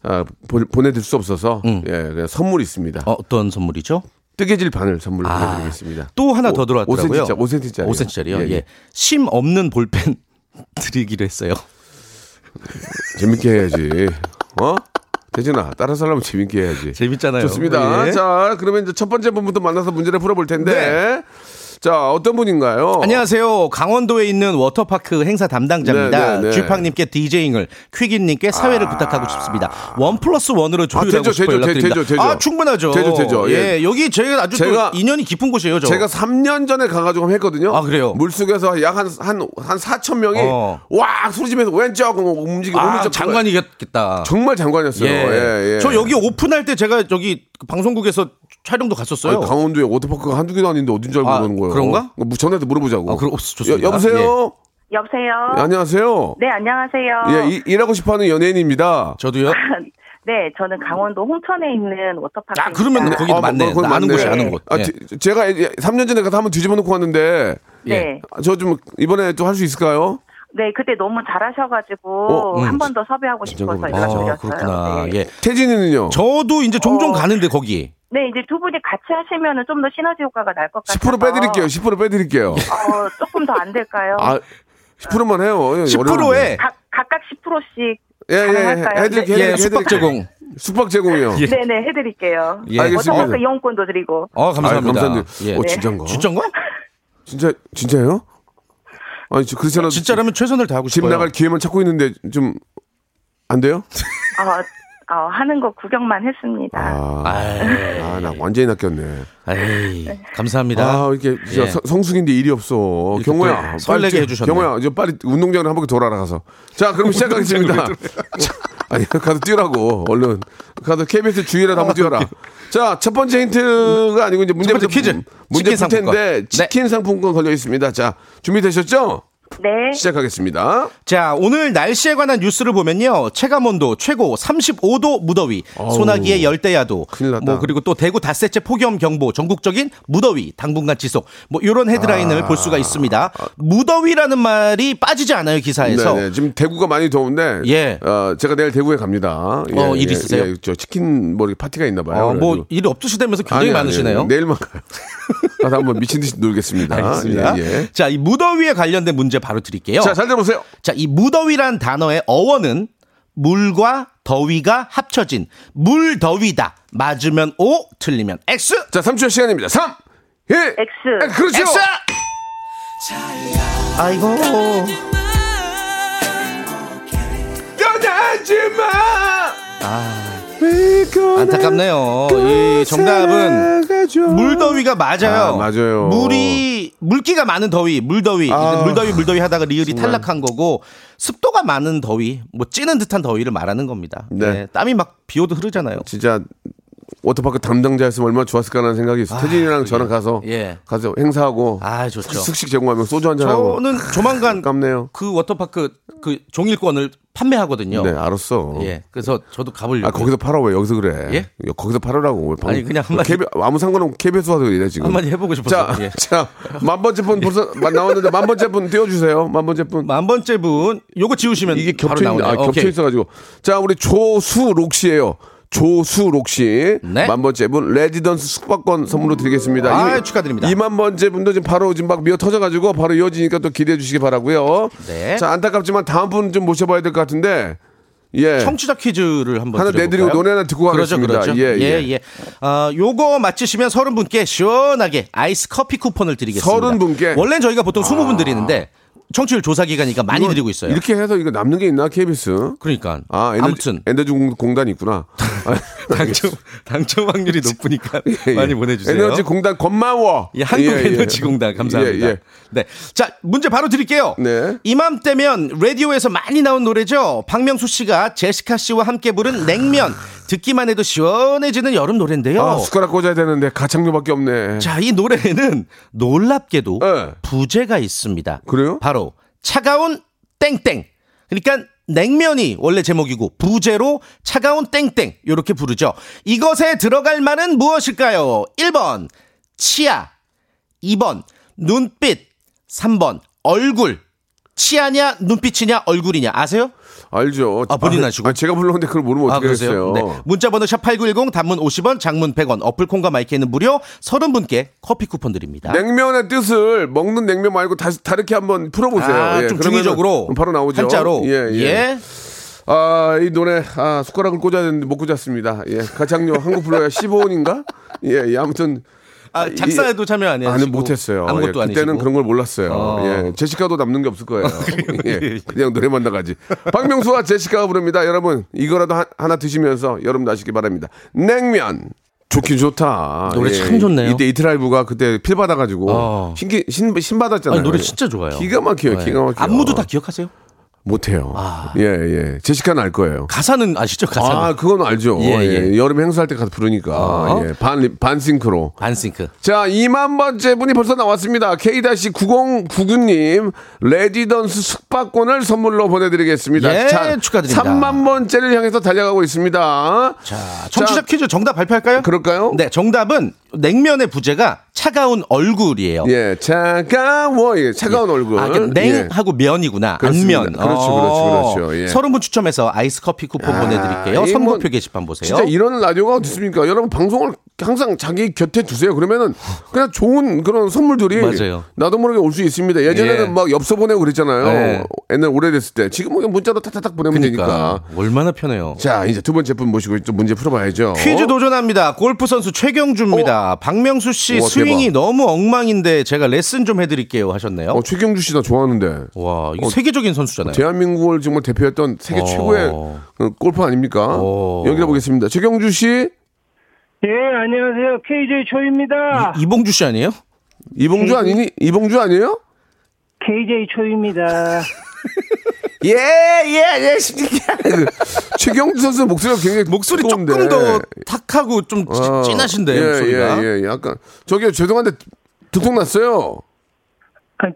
Speaker 3: 아, 보, 보내드릴 수 없어서 예, 그냥 선물이 있습니다.
Speaker 5: 음. 어, 어떤 선물이죠?
Speaker 3: 뜨개질 바늘 선물로
Speaker 5: 아,
Speaker 3: 보내드리겠습니다.
Speaker 5: 또 하나
Speaker 3: 오-
Speaker 5: 더 들어왔더라고요.
Speaker 3: 5cm짜리. 5cm짜리.
Speaker 5: 5cm짜리요. 예. 심 없는 볼펜 드리기로 했어요.
Speaker 3: 재밌게 해야지. 어? 대진아, 따라 살려면 재밌게 해야지.
Speaker 5: 재밌잖아요.
Speaker 3: 좋습니다.
Speaker 5: 예.
Speaker 3: 자, 그러면 이제 첫 번째 분부터 만나서 문제를 풀어볼 텐데. 자, 어떤 분인가요?
Speaker 5: 네. 안녕하세요. 강원도에 있는 워터파크 행사 담당자입니다.
Speaker 3: 네, 네, 네.
Speaker 5: 주팡님께 디제잉을, 퀴기님께 사회를 부탁하고 싶습니다. 원 플러스 원으로 조율하고
Speaker 3: 아, 되죠,
Speaker 5: 싶어
Speaker 3: 되죠,
Speaker 5: 연락드립니다.
Speaker 3: 되죠, 되죠.
Speaker 5: 아 충분하죠.
Speaker 3: 되죠, 되죠.
Speaker 5: 예,
Speaker 3: 예.
Speaker 5: 여기 저희가 아주
Speaker 3: 제가-
Speaker 5: 또 인연이 깊은 곳이에요. 저.
Speaker 3: 제가 3년 전에 가가지고 한번 했거든요.
Speaker 5: 아, 그래요?
Speaker 3: 물속에서 약 한, 한, 한 4천 명이
Speaker 5: 어.
Speaker 3: 와, 소리지면서 왼쪽 움직이고
Speaker 5: 아,
Speaker 3: 오른쪽
Speaker 5: 장관이겠다.
Speaker 3: 정말 장관이었어요. 예, 예.
Speaker 5: 저 여기 오픈할 때 제가 저기 그 방송국에서 촬영도 갔었어요.
Speaker 3: 아니, 강원도에 워터파크가 한두 개도 아닌데 어딘 줄 알고
Speaker 5: 아,
Speaker 3: 그러는 거예요.
Speaker 5: 그런가?
Speaker 3: 뭐 전화해서 물어보자고.
Speaker 5: 아, 그럼 없- 좋습니다. 예.
Speaker 3: 여, 보세요 예,
Speaker 7: 여보세요.
Speaker 3: 안녕하세요.
Speaker 7: 네, 안녕하세요.
Speaker 3: 예, 이- 일하고 싶어하는 연예인입니다.
Speaker 5: 저도요.
Speaker 7: 네, 저는 강원도 홍천에 있는 워터파크.
Speaker 5: 아, 그러면
Speaker 3: 네.
Speaker 5: 거기
Speaker 3: 아,
Speaker 5: 맞네.
Speaker 3: 거기
Speaker 5: 아는
Speaker 3: 맞네.
Speaker 5: 곳이 아는 곳.
Speaker 3: 아,
Speaker 5: 예.
Speaker 3: 제- 제가 3년 전에 가서 한번 뒤집어 놓고 왔는데
Speaker 7: 네.
Speaker 3: 저 좀 이번에 또 할 수 있을까요?
Speaker 7: 네, 그때 너무 잘하셔가지고
Speaker 3: 어, 음.
Speaker 7: 한 번 더 섭외하고 싶어서
Speaker 3: 그렇구나.
Speaker 7: 연락드렸어요.
Speaker 5: 아, 그렇구나.
Speaker 7: 네.
Speaker 5: 예.
Speaker 3: 태진이는요?
Speaker 5: 저도 이제
Speaker 3: 어.
Speaker 5: 종종 가는데 거기.
Speaker 7: 네, 이제 두 분이 같이 하시면은 좀 더 시너지 효과가 날 것 같아요.
Speaker 3: 10% 빼드릴게요. 10% 빼드릴게요.
Speaker 7: 어, 조금 더 안 될까요?
Speaker 3: 아, 10%만 해요. 어려운데.
Speaker 5: 10%에
Speaker 7: 각, 각각 10%씩
Speaker 3: 예, 예,
Speaker 7: 가능할까요?
Speaker 3: 해드릴게요.
Speaker 5: 예,
Speaker 3: 해드릴게요.
Speaker 5: 숙박 제공.
Speaker 3: 숙박 제공이요.
Speaker 5: 예.
Speaker 7: 네, 네, 해드릴게요.
Speaker 5: 예.
Speaker 3: 알겠습니다.
Speaker 7: 워터파크 이용권도 드리고.
Speaker 5: 어, 감사합니다.
Speaker 3: 아, 감사합니다.
Speaker 5: 예.
Speaker 3: 어, 진짜인가?
Speaker 5: 진짜인가?
Speaker 3: 진짜 진짜예요? 아니, 저 그렇잖아.
Speaker 5: 진짜라면 최선을 다하고
Speaker 3: 집
Speaker 5: 싶어요.
Speaker 3: 나갈 기회만 찾고 있는데 좀 안 돼요?
Speaker 7: 어, 어, 하는 거 구경만 했습니다.
Speaker 3: 아,
Speaker 5: 아이,
Speaker 3: 아, 나 완전히 낚였네.
Speaker 5: 아이, 감사합니다.
Speaker 3: 아, 이렇게 진짜
Speaker 5: 예.
Speaker 3: 서- 성숙인데 일이 없어.
Speaker 5: 이렇게
Speaker 3: 경호야.
Speaker 5: 또
Speaker 3: 빨리
Speaker 5: 설레게
Speaker 3: 좀-
Speaker 5: 해주셨네.
Speaker 3: 경호야, 이제 빨리 운동장을 한 바퀴 돌아라 가서. 자, 그럼 시작하겠습니다. 자, 아니, 가서 뛰라고. 얼른. 가서 KBS 주위라도 한번 뛰어라. 자, 첫 번째 힌트가 아니고 이제 문제부터
Speaker 5: 아, 퀴즈.
Speaker 3: 문제 풀 텐데
Speaker 5: 치킨 상품권. 네.
Speaker 3: 치킨 상품권 걸려 있습니다. 자, 준비되셨죠?
Speaker 7: 네.
Speaker 3: 시작하겠습니다.
Speaker 5: 자, 오늘 날씨에 관한 뉴스를 보면요. 체감온도 최고 35도 무더위, 소나기의 열대야도,
Speaker 3: 큰일 났다.
Speaker 5: 뭐 그리고 또 대구 닷새째 폭염 경보, 전국적인 무더위 당분간 지속. 뭐 이런
Speaker 3: 아.
Speaker 5: 헤드라인을 볼 수가 있습니다. 무더위라는 말이 빠지지 않아요, 기사에서.
Speaker 3: 네, 네. 지금 대구가 많이 더운데
Speaker 5: 예.
Speaker 3: 어, 제가 내일 대구에 갑니다. 예,
Speaker 5: 어, 일
Speaker 3: 예,
Speaker 5: 있으세요?
Speaker 3: 예, 저 치킨 뭐 이렇게 파티가 있나 봐요.
Speaker 5: 어, 뭐
Speaker 3: 그래가지고.
Speaker 5: 일이 없으시다면서 굉장히
Speaker 3: 아니, 아니,
Speaker 5: 많으시네요.
Speaker 3: 아니, 내일만 가요. 가서 한번 미친 듯이 놀겠습니다.
Speaker 5: 알겠습니다.
Speaker 3: 예, 예.
Speaker 5: 자, 이 무더위에 관련된 문제 바로 드릴게요.
Speaker 3: 자, 잘 들어보세요.
Speaker 5: 자, 이 무더위란 단어의 어원은 물과 더위가 합쳐진 물더위다. 맞으면 O, 틀리면 X.
Speaker 3: 자, 3초 시간입니다. 3, 1.
Speaker 7: X.
Speaker 3: 그렇죠.
Speaker 5: X! 아이고.
Speaker 3: 떠나지 마.
Speaker 5: 아, 안타깝네요. 이 정답은 물더위가 맞아요.
Speaker 3: 아, 맞아요.
Speaker 5: 물이 물기가 많은 더위, 물더위,
Speaker 3: 아,
Speaker 5: 물더위, 물더위 하다가 리을이 탈락한 거고 습도가 많은 더위, 뭐 찌는 듯한 더위를 말하는 겁니다.
Speaker 3: 네.
Speaker 5: 네, 땀이 막 비오도 흐르잖아요.
Speaker 3: 진짜 워터파크 담당자였으면 얼마나 좋았을까라는 생각이 있어요. 태진이랑 저랑 가서
Speaker 5: 아, 예.
Speaker 3: 가서 행사하고
Speaker 5: 아, 좋죠.
Speaker 3: 숙식 제공하면 소주 한잔 하고.
Speaker 5: 저는 조만간
Speaker 3: 아깝네요.
Speaker 5: 그 워터파크 그 종일권을 판매하거든요.
Speaker 3: 네, 알았어.
Speaker 5: 예, 그래서 저도 가보려고.
Speaker 3: 아 거기서 팔아 왜 여기서 그래?
Speaker 5: 예?
Speaker 3: 거기서 팔으라고 왜
Speaker 5: 아니, 그냥 한마디-
Speaker 3: 케비- 아무 상관없고 KBS 와서 이래 지금
Speaker 5: 한마디 해보고 싶어서.
Speaker 3: 자,
Speaker 5: 예.
Speaker 3: 자, 만 번째 분 벌써 마- 나왔는데 만 번째 분 띄워주세요. 만 번째 분
Speaker 5: 만뭐 번째 분, 요거 지우시면
Speaker 3: 이게
Speaker 5: 바로
Speaker 3: 겹쳐 있,
Speaker 5: 나오네요.
Speaker 3: 아, 겹쳐
Speaker 5: 오케이.
Speaker 3: 있어가지고 자 우리 조수록 씨예요. 조수록 씨,
Speaker 5: 네.
Speaker 3: 만 번째 분 레지던스 숙박권 선물로 드리겠습니다.
Speaker 5: 아,
Speaker 3: 이-
Speaker 5: 축하드립니다.
Speaker 3: 이만 번째 분도 지금 바로 지금 막 미어 터져가지고 바로 이어지니까 또 기대해 주시기 바라고요.
Speaker 5: 네.
Speaker 3: 자 안타깝지만 다음 분 좀 모셔봐야 될 것 같은데 예.
Speaker 5: 청취자 퀴즈를 한번
Speaker 3: 하나
Speaker 5: 드려볼까요?
Speaker 3: 내드리고 노래 하나 듣고
Speaker 5: 그러죠,
Speaker 3: 가겠습니다.
Speaker 5: 그러죠.
Speaker 3: 예,
Speaker 5: 예,
Speaker 3: 예.
Speaker 5: 예. 어, 요거 맞히시면 서른 분께 시원하게 아이스 커피 쿠폰을 드리겠습니다.
Speaker 3: 서른 분께? 아.
Speaker 5: 원래 는 저희가 보통 스무 분 드리는데 청취율 조사 기간이니까 많이
Speaker 3: 이거
Speaker 5: 드리고 있어요.
Speaker 3: 이렇게 해서 이거 남는 게 있나 KBS?
Speaker 5: 그러니까
Speaker 3: 아, 에너지,
Speaker 5: 아무튼
Speaker 3: 에너지 공- 공단이 있구나. 아,
Speaker 5: 당첨 당첨 확률이 높으니까
Speaker 3: 예, 예.
Speaker 5: 많이 보내주세요.
Speaker 3: 에너지 공단 고마워.
Speaker 5: 예, 한국
Speaker 3: 예, 예.
Speaker 5: 에너지 공단 감사합니다.
Speaker 3: 예, 예.
Speaker 5: 네. 자, 문제 바로 드릴게요.
Speaker 3: 네.
Speaker 5: 이맘때면 라디오에서 많이 나온 노래죠. 박명수 씨가 제시카 씨와 함께 부른 냉면. 듣기만 해도 시원해지는 여름 노래인데요.
Speaker 3: 아, 숟가락 꽂아야 되는데 가창력밖에 없네.
Speaker 5: 자, 이 노래에는 놀랍게도
Speaker 3: 예.
Speaker 5: 부제가 있습니다.
Speaker 3: 그래요?
Speaker 5: 바로 차가운 땡땡. 그러니까 냉면이 원래 제목이고 부제로 차가운 땡땡 이렇게 부르죠. 이것에 들어갈 말은 무엇일까요? 1번 치아 2번 눈빛 3번 얼굴 치아냐 눈빛이냐 얼굴이냐 아세요?
Speaker 3: 알죠.
Speaker 5: 아, 본인 아시고?
Speaker 3: 아, 제가 불렀는데 그걸 모르면
Speaker 5: 아,
Speaker 3: 어떻게
Speaker 5: 그러세요?
Speaker 3: 했어요?
Speaker 5: 네. 문자번호 샵8910 단문 50원 장문 100원 어플 콩과 마이크는 무료 30분께 커피 쿠폰
Speaker 3: 네.
Speaker 5: 드립니다.
Speaker 3: 냉면의 뜻을 먹는 냉면 말고 다, 다르게 한번 풀어보세요.
Speaker 5: 아,
Speaker 3: 예,
Speaker 5: 좀
Speaker 3: 그러면은
Speaker 5: 중의적으로
Speaker 3: 바로 나오죠.
Speaker 5: 한자로
Speaker 3: 예, 예.
Speaker 5: 예.
Speaker 3: 아, 이 노래, 아, 숟가락을 꽂아야 되는데 못 꽂았습니다. 예, 가창력 한국 불러야 15원인가? 예, 예, 아무튼
Speaker 5: 아, 작사에도 참여 안 해요.
Speaker 3: 아니 못했어요.
Speaker 5: 아무것도
Speaker 3: 예, 그때는
Speaker 5: 아니시고.
Speaker 3: 그런 걸 몰랐어요.
Speaker 5: 어.
Speaker 3: 예, 제시카도 남는 게 없을 거예요. 예, 그냥 노래만 나가지. 박명수와 제시카가 부릅니다. 여러분 이거라도 하, 하나 드시면서 여름 나시기 바랍니다. 냉면. 좋긴 좋다. 예,
Speaker 5: 노래 참 좋네요.
Speaker 3: 이때 이트라이브가 그때 필 받아가지고
Speaker 5: 어.
Speaker 3: 신기 신, 신 받았잖아요.
Speaker 5: 아니, 노래 진짜 좋아요.
Speaker 3: 기가 막혀요.
Speaker 5: 네.
Speaker 3: 기가 막혀.
Speaker 5: 안무도 다 기억하세요?
Speaker 3: 못해요. 예 예. 제시카는 알 거예요.
Speaker 5: 가사는 아. 아시죠? 가사는.
Speaker 3: 아 그건 알죠.
Speaker 5: 예, 예.
Speaker 3: 여름 행사할 때 가서 부르니까
Speaker 5: 어.
Speaker 3: 예, 반 반싱크로.
Speaker 5: 반싱크.
Speaker 3: 자, 2만 번째 분이 벌써 나왔습니다. K-9099님, 레지던스 숙박권을 선물로 보내드리겠습니다.
Speaker 5: 예, 축하드립니다.
Speaker 3: 3만 번째를 향해서 달려가고 있습니다.
Speaker 5: 자, 청취자 퀴즈 정답 발표할까요?
Speaker 3: 그럴까요?
Speaker 5: 네, 정답은 냉면의 부제가 차가운 얼굴이에요.
Speaker 3: 예, 차가워, 예, 차가운 얼굴.
Speaker 5: 아, 그러니까
Speaker 3: 예.
Speaker 5: 냉하고 면이구나.
Speaker 3: 그렇습니다.
Speaker 5: 안면.
Speaker 3: 그렇죠, 그렇죠, 그렇죠. 예.
Speaker 5: 30분 추첨해서 아이스 커피 쿠폰
Speaker 3: 아,
Speaker 5: 보내드릴게요.
Speaker 3: 이
Speaker 5: 선곡표
Speaker 3: 뭐
Speaker 5: 게시판 보세요.
Speaker 3: 진짜 이런 라디오가 어디 있습니까? 여러분, 방송을 항상 자기 곁에 두세요. 그러면은 그냥 좋은 그런 선물들이
Speaker 5: 맞아요.
Speaker 3: 나도 모르게 올 수 있습니다. 예전에는
Speaker 5: 예.
Speaker 3: 막 엽서 보내고 그랬잖아요.
Speaker 5: 예.
Speaker 3: 옛날 오래됐을 때. 지금은 그냥 문자로 탁탁탁 보내면 되니까.
Speaker 5: 그러니까 얼마나 편해요.
Speaker 3: 자 이제 두 번째 분 모시고 좀 문제 풀어봐야죠. 어?
Speaker 5: 퀴즈 도전합니다. 골프 선수 최경주입니다. 박명수 씨
Speaker 3: 우와,
Speaker 5: 스윙이
Speaker 3: 대박.
Speaker 5: 너무 엉망인데 제가 레슨 좀 해드릴게요 하셨네요.
Speaker 3: 어, 최경주 씨 나 좋아하는데.
Speaker 5: 와, 이거
Speaker 3: 어,
Speaker 5: 세계적인 선수잖아요.
Speaker 3: 대한민국을 정말 대표했던 세계
Speaker 5: 어.
Speaker 3: 최고의 어, 골퍼 아닙니까?
Speaker 5: 어.
Speaker 3: 연결해 보겠습니다. 최경주 씨,
Speaker 6: 예, 안녕하세요. KJ 초입니다.
Speaker 5: 이- 이봉주 씨 아니에요? 음.
Speaker 3: 이봉주 아니니? 이봉주 아니에요?
Speaker 6: KJ 초입니다.
Speaker 3: 예, 예, 예, 최경주 선수 목소리가 굉장히
Speaker 5: 목소리
Speaker 3: 두꺼운데.
Speaker 5: 조금 더 탁하고 좀 찌-
Speaker 3: 어,
Speaker 5: 진하신데
Speaker 3: 예,
Speaker 5: 목소리가.
Speaker 3: 예, 예, 약간 저기요 죄송한데 두통 났어요.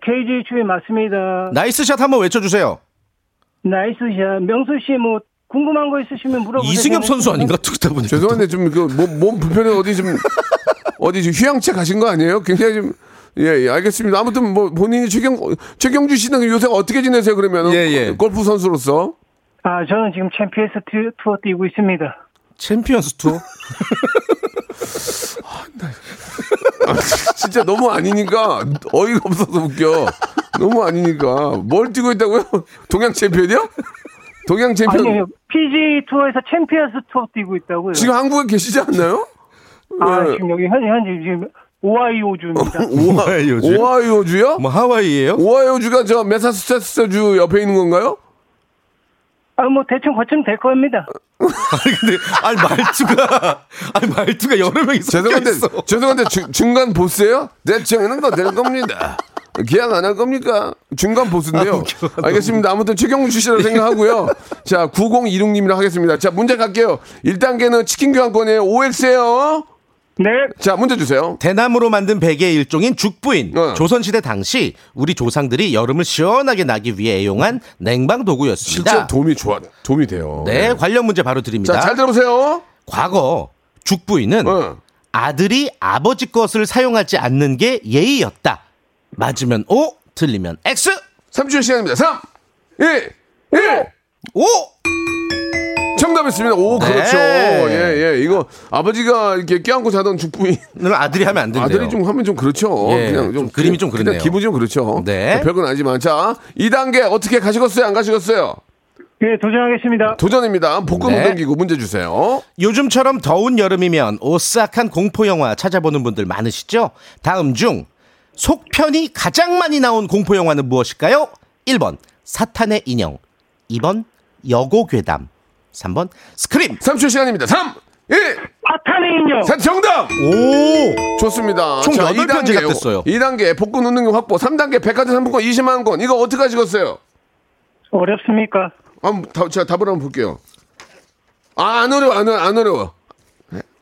Speaker 6: KJ 초이 맞습니다.
Speaker 5: 나이스 샷 한번 외쳐주세요.
Speaker 6: 나이스샷. 명수 씨 뭐 궁금한 거 있으시면 물어보세요.
Speaker 5: 이승엽 선수 아닌가 듣다 보니까.
Speaker 3: 죄송한데 좀 그 몸 불편해 어디 좀 어디 좀 휴양차 가신 거 아니에요? 굉장히 좀 예, 예, 알겠습니다. 아무튼 뭐 본인이 최경 최경주 씨는 요새 어떻게 지내세요? 그러면
Speaker 5: 예, 예.
Speaker 3: 골프 선수로서
Speaker 6: 아, 저는 지금 챔피언스 투- 투어 뛰고 있습니다.
Speaker 5: 챔피언스 투어?
Speaker 3: 진짜 너무 아니니까 어이가 없어서 웃겨. 너무 아니니까 뭘 뛰고 있다고요? 동양 챔피언이요? 동양 챔피언
Speaker 6: 아니요. PG 투어에서 챔피언스 투어 뛰고 있다고요.
Speaker 3: 지금 한국에 계시지 않나요?
Speaker 6: 아,
Speaker 3: 예.
Speaker 6: 지금 여기 현재 현재 지금 어, 오하이오 주입니다.
Speaker 5: 오하이오주?
Speaker 3: 오하이오주요?
Speaker 5: 뭐 하와이예요?
Speaker 3: 오하이오주가 저 메사추세츠주 옆에 있는 건가요?
Speaker 6: 아, 뭐 대충 거치면 될 겁니다.
Speaker 5: 아니 근데 아니 말투가 아니 말투가 여러 명이 섞여
Speaker 3: 죄송한데
Speaker 5: 있어.
Speaker 3: 죄송한데 주- 중간 보스예요? 내 정해는 거될 겁니다. 기약 안 할 겁니까? 중간 보스인데요.
Speaker 5: 아, 웃겨.
Speaker 3: 알겠습니다. 아무튼 최경주 씨라고 생각하고요. 자, 9016님이라 하겠습니다. 자, 문제 갈게요. 1단계는 치킨 교환권이에요. OX예요.
Speaker 6: 네.
Speaker 3: 자, 문제 주세요.
Speaker 5: 대나무로 만든 베개의 일종인 죽부인
Speaker 3: 어.
Speaker 5: 조선시대 당시 우리 조상들이 여름을 시원하게 나기 위해 애용한 냉방
Speaker 3: 실제
Speaker 5: 도구였습니다.
Speaker 3: 도움이 좋아. 도움이 돼요.
Speaker 5: 네, 관련 문제 바로
Speaker 3: 자,
Speaker 5: 드립니다.
Speaker 3: 잘 들어보세요.
Speaker 5: 과거 죽부인은
Speaker 3: 어.
Speaker 5: 아들이 아버지 것을 사용하지 않는 게 예의였다. 맞으면 O, 틀리면 X.
Speaker 3: 30초 시간입니다. 3 2 1
Speaker 5: O.
Speaker 3: 정답했습니다. 오,
Speaker 5: 네.
Speaker 3: 그렇죠. 예, 예. 이거 아버지가 이렇게 껴안고 자던 죽부인
Speaker 5: 는 아들이 하면 안 된대요.
Speaker 3: 아들이 좀 하면 좀 그렇죠.
Speaker 5: 예,
Speaker 3: 그냥 좀
Speaker 5: 좀 그림이 좀
Speaker 3: 그냥
Speaker 5: 그렇네요.
Speaker 3: 기분이 좀 그렇죠.
Speaker 5: 네.
Speaker 3: 별건 아니지만 자, 2단계 어떻게 가시겠어요? 안 가시겠어요?
Speaker 6: 예, 도전하겠습니다.
Speaker 3: 도전입니다. 복근
Speaker 5: 네.
Speaker 3: 던기고 문제 주세요.
Speaker 5: 요즘처럼 더운 여름이면 오싹한 공포 영화 찾아보는 분들 많으시죠? 다음 중 속편이 가장 많이 나온 공포 영화는 무엇일까요? 1번 사탄의 인형, 2번 여고 괴담, 3번 스크림.
Speaker 3: 3초 시간입니다. 3 1
Speaker 6: 파탄의 인형.
Speaker 3: 사 정답!
Speaker 5: 오!
Speaker 3: 좋습니다.
Speaker 5: 총
Speaker 3: 자,
Speaker 5: 여덟 편 제작됐어요.
Speaker 3: 2단계 복근 운동용 확보, 3단계 백화점 상품권 20만 원. 이거 어떻게 하시겠어요?
Speaker 6: 어렵습니까?
Speaker 3: 한번 다- 제가 답을 한번 볼게요. 아, 안 어려워. 안 어려워. 안 어려워.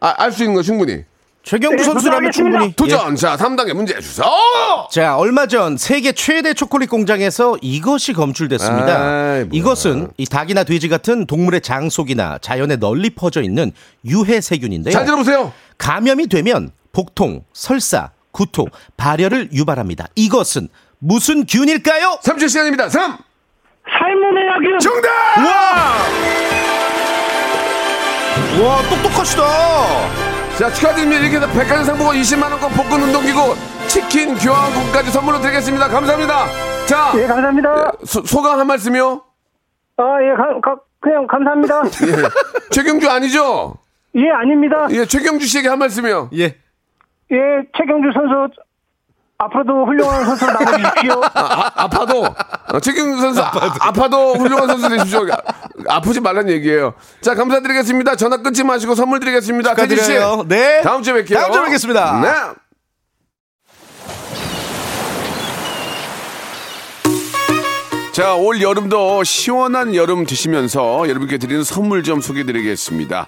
Speaker 3: 아, 알 수 있는 거 충분히.
Speaker 5: 최경주
Speaker 6: 네,
Speaker 5: 선수라면
Speaker 6: 도전하겠습니다.
Speaker 5: 충분히 예.
Speaker 3: 도전. 자, 3단계 문제 주세요.
Speaker 5: 자, 얼마 전 세계 최대 초콜릿 공장에서 이것이 검출됐습니다.
Speaker 3: 아이, 뭐야.
Speaker 5: 이것은 이 닭이나 돼지 같은 동물의 장 속이나 자연에 널리 퍼져 있는 유해 세균인데요.
Speaker 3: 잘 들어보세요.
Speaker 5: 감염이 되면 복통, 설사, 구토, 발열을 유발합니다. 이것은 무슨 균일까요?
Speaker 3: 3초 시간입니다. 3
Speaker 6: 살문의 약이요.
Speaker 3: 정답!
Speaker 5: 와, 똑똑하시다.
Speaker 3: 자 축하드립니다 이렇게 해서 백화점 상품권 20만원권 복근 운동기구 치킨 교환권까지 선물로 드리겠습니다 감사합니다 자
Speaker 6: 예, 감사합니다.
Speaker 3: 소, 소감 한 말씀이요
Speaker 6: 아, 예, 가, 가, 그냥 감사합니다.
Speaker 3: 최경주 아니죠
Speaker 6: 예, 아닙니다.
Speaker 3: 예 최경주 씨에게 한 말씀이요
Speaker 5: 예.
Speaker 6: 예, 최경주 선수 앞으로도 훌륭한 선수 나와주십시오.
Speaker 3: 아, 아파도 어, 최경준 선수 아, 아파도 훌륭한 선수 되십시오. 아, 아프지 말란 얘기예요. 자 감사드리겠습니다. 전화 끊지 마시고 선물 드리겠습니다. 태진 씨,
Speaker 5: 축하드려요. 네.
Speaker 3: 다음 주에 뵐게요.
Speaker 5: 다음 주에 뵙겠습니다.
Speaker 3: 네. 자, 올 여름도 시원한 여름 되시면서 여러분께 드리는 선물 좀 소개해 드리겠습니다.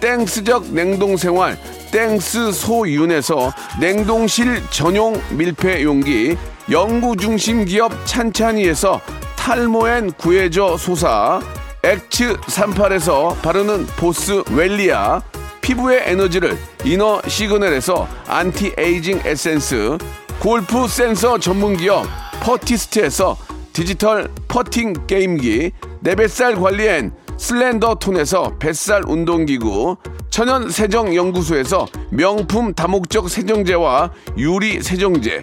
Speaker 3: 땡스적 냉동 생활 땡스 소윤에서 냉동실 전용 밀폐 용기, 연구 중심 기업 찬찬이에서 탈모엔 구해줘 소사, 엑츠 38에서 바르는 보스 웰리아, 피부의 에너지를 이너 시그널에서 안티에이징 에센스, 골프 센서 전문 기업 퍼티스트에서 디지털 퍼팅 게임기, 내 뱃살 관리엔 슬렌더 톤에서 뱃살 운동기구, 천연 세정 연구소에서 명품 다목적 세정제와 유리 세정제,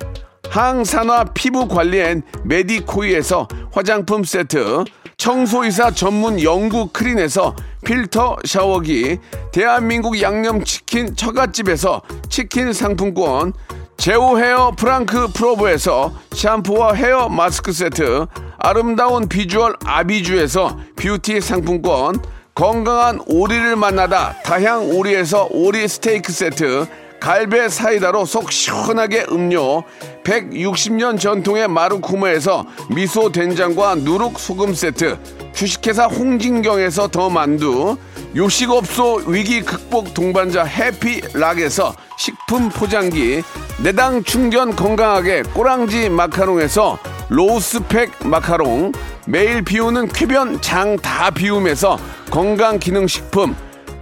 Speaker 3: 항산화 피부 관리엔 메디코이에서 화장품 세트, 청소이사 전문 영구 크린에서 필터 샤워기, 대한민국 양념치킨 처갓집에서 치킨 상품권, 제오 헤어 프랑크 프로브에서 샴푸와 헤어 마스크 세트, 아름다운 비주얼 아비주에서 뷰티 상품권, 건강한 오리를 만나다 다향 오리에서 오리 스테이크 세트, 갈배 사이다로 속 시원하게 음료, 160년 전통의 마루코메에서 미소 된장과 누룩 소금 세트, 주식회사 홍진경에서 더 만두, 요식업소 위기 극복 동반자 해피락에서 식품 포장기, 내당 충전 건강하게 꼬랑지 마카롱에서 로스팩 마카롱, 매일 비우는 쾌변 장 다 비움에서 건강기능식품,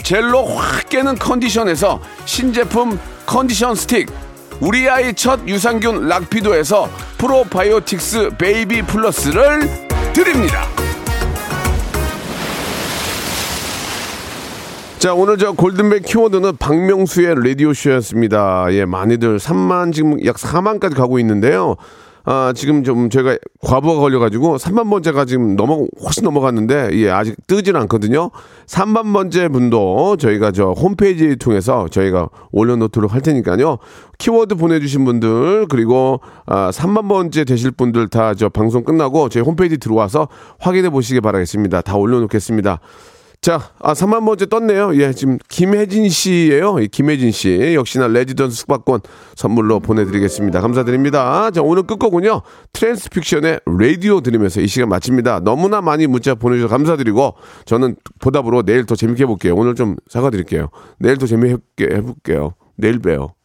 Speaker 3: 젤로 확 깨는 컨디션에서 신제품 컨디션 스틱, 우리 아이 첫 유산균 락피도에서 프로바이오틱스 베이비 플러스를 드립니다. 자, 오늘 저 골든벨 키워드는 박명수의 라디오쇼였습니다. 예, 많이들 3만, 지금 약 4만까지 가고 있는데요. 아, 지금 좀 제가 과부하 걸려가지고 3만 번째가 지금 넘어, 훨씬 넘어갔는데, 예, 아직 뜨진 않거든요. 3만 번째 분도 저희가 저 홈페이지 통해서 저희가 올려놓도록 할 테니까요. 키워드 보내주신 분들, 그리고 아, 3만 번째 되실 분들 다 저 방송 끝나고 저희 홈페이지 들어와서 확인해 보시기 바라겠습니다. 다 올려놓겠습니다. 자, 아, 3만 번째 떴네요. 예, 지금 김혜진 씨예요. 이 김혜진 씨 역시나 레지던스 숙박권 선물로 보내드리겠습니다. 감사드립니다. 자, 오늘 끝거군요. 트랜스픽션의 라디오 들으면서 이 시간 마칩니다. 너무나 많이 문자 보내주셔서 감사드리고 저는 보답으로 내일 더 재밌게 해볼게요. 오늘 좀 사과드릴게요. 내일 더 재밌게 해볼게요. 내일 봬요.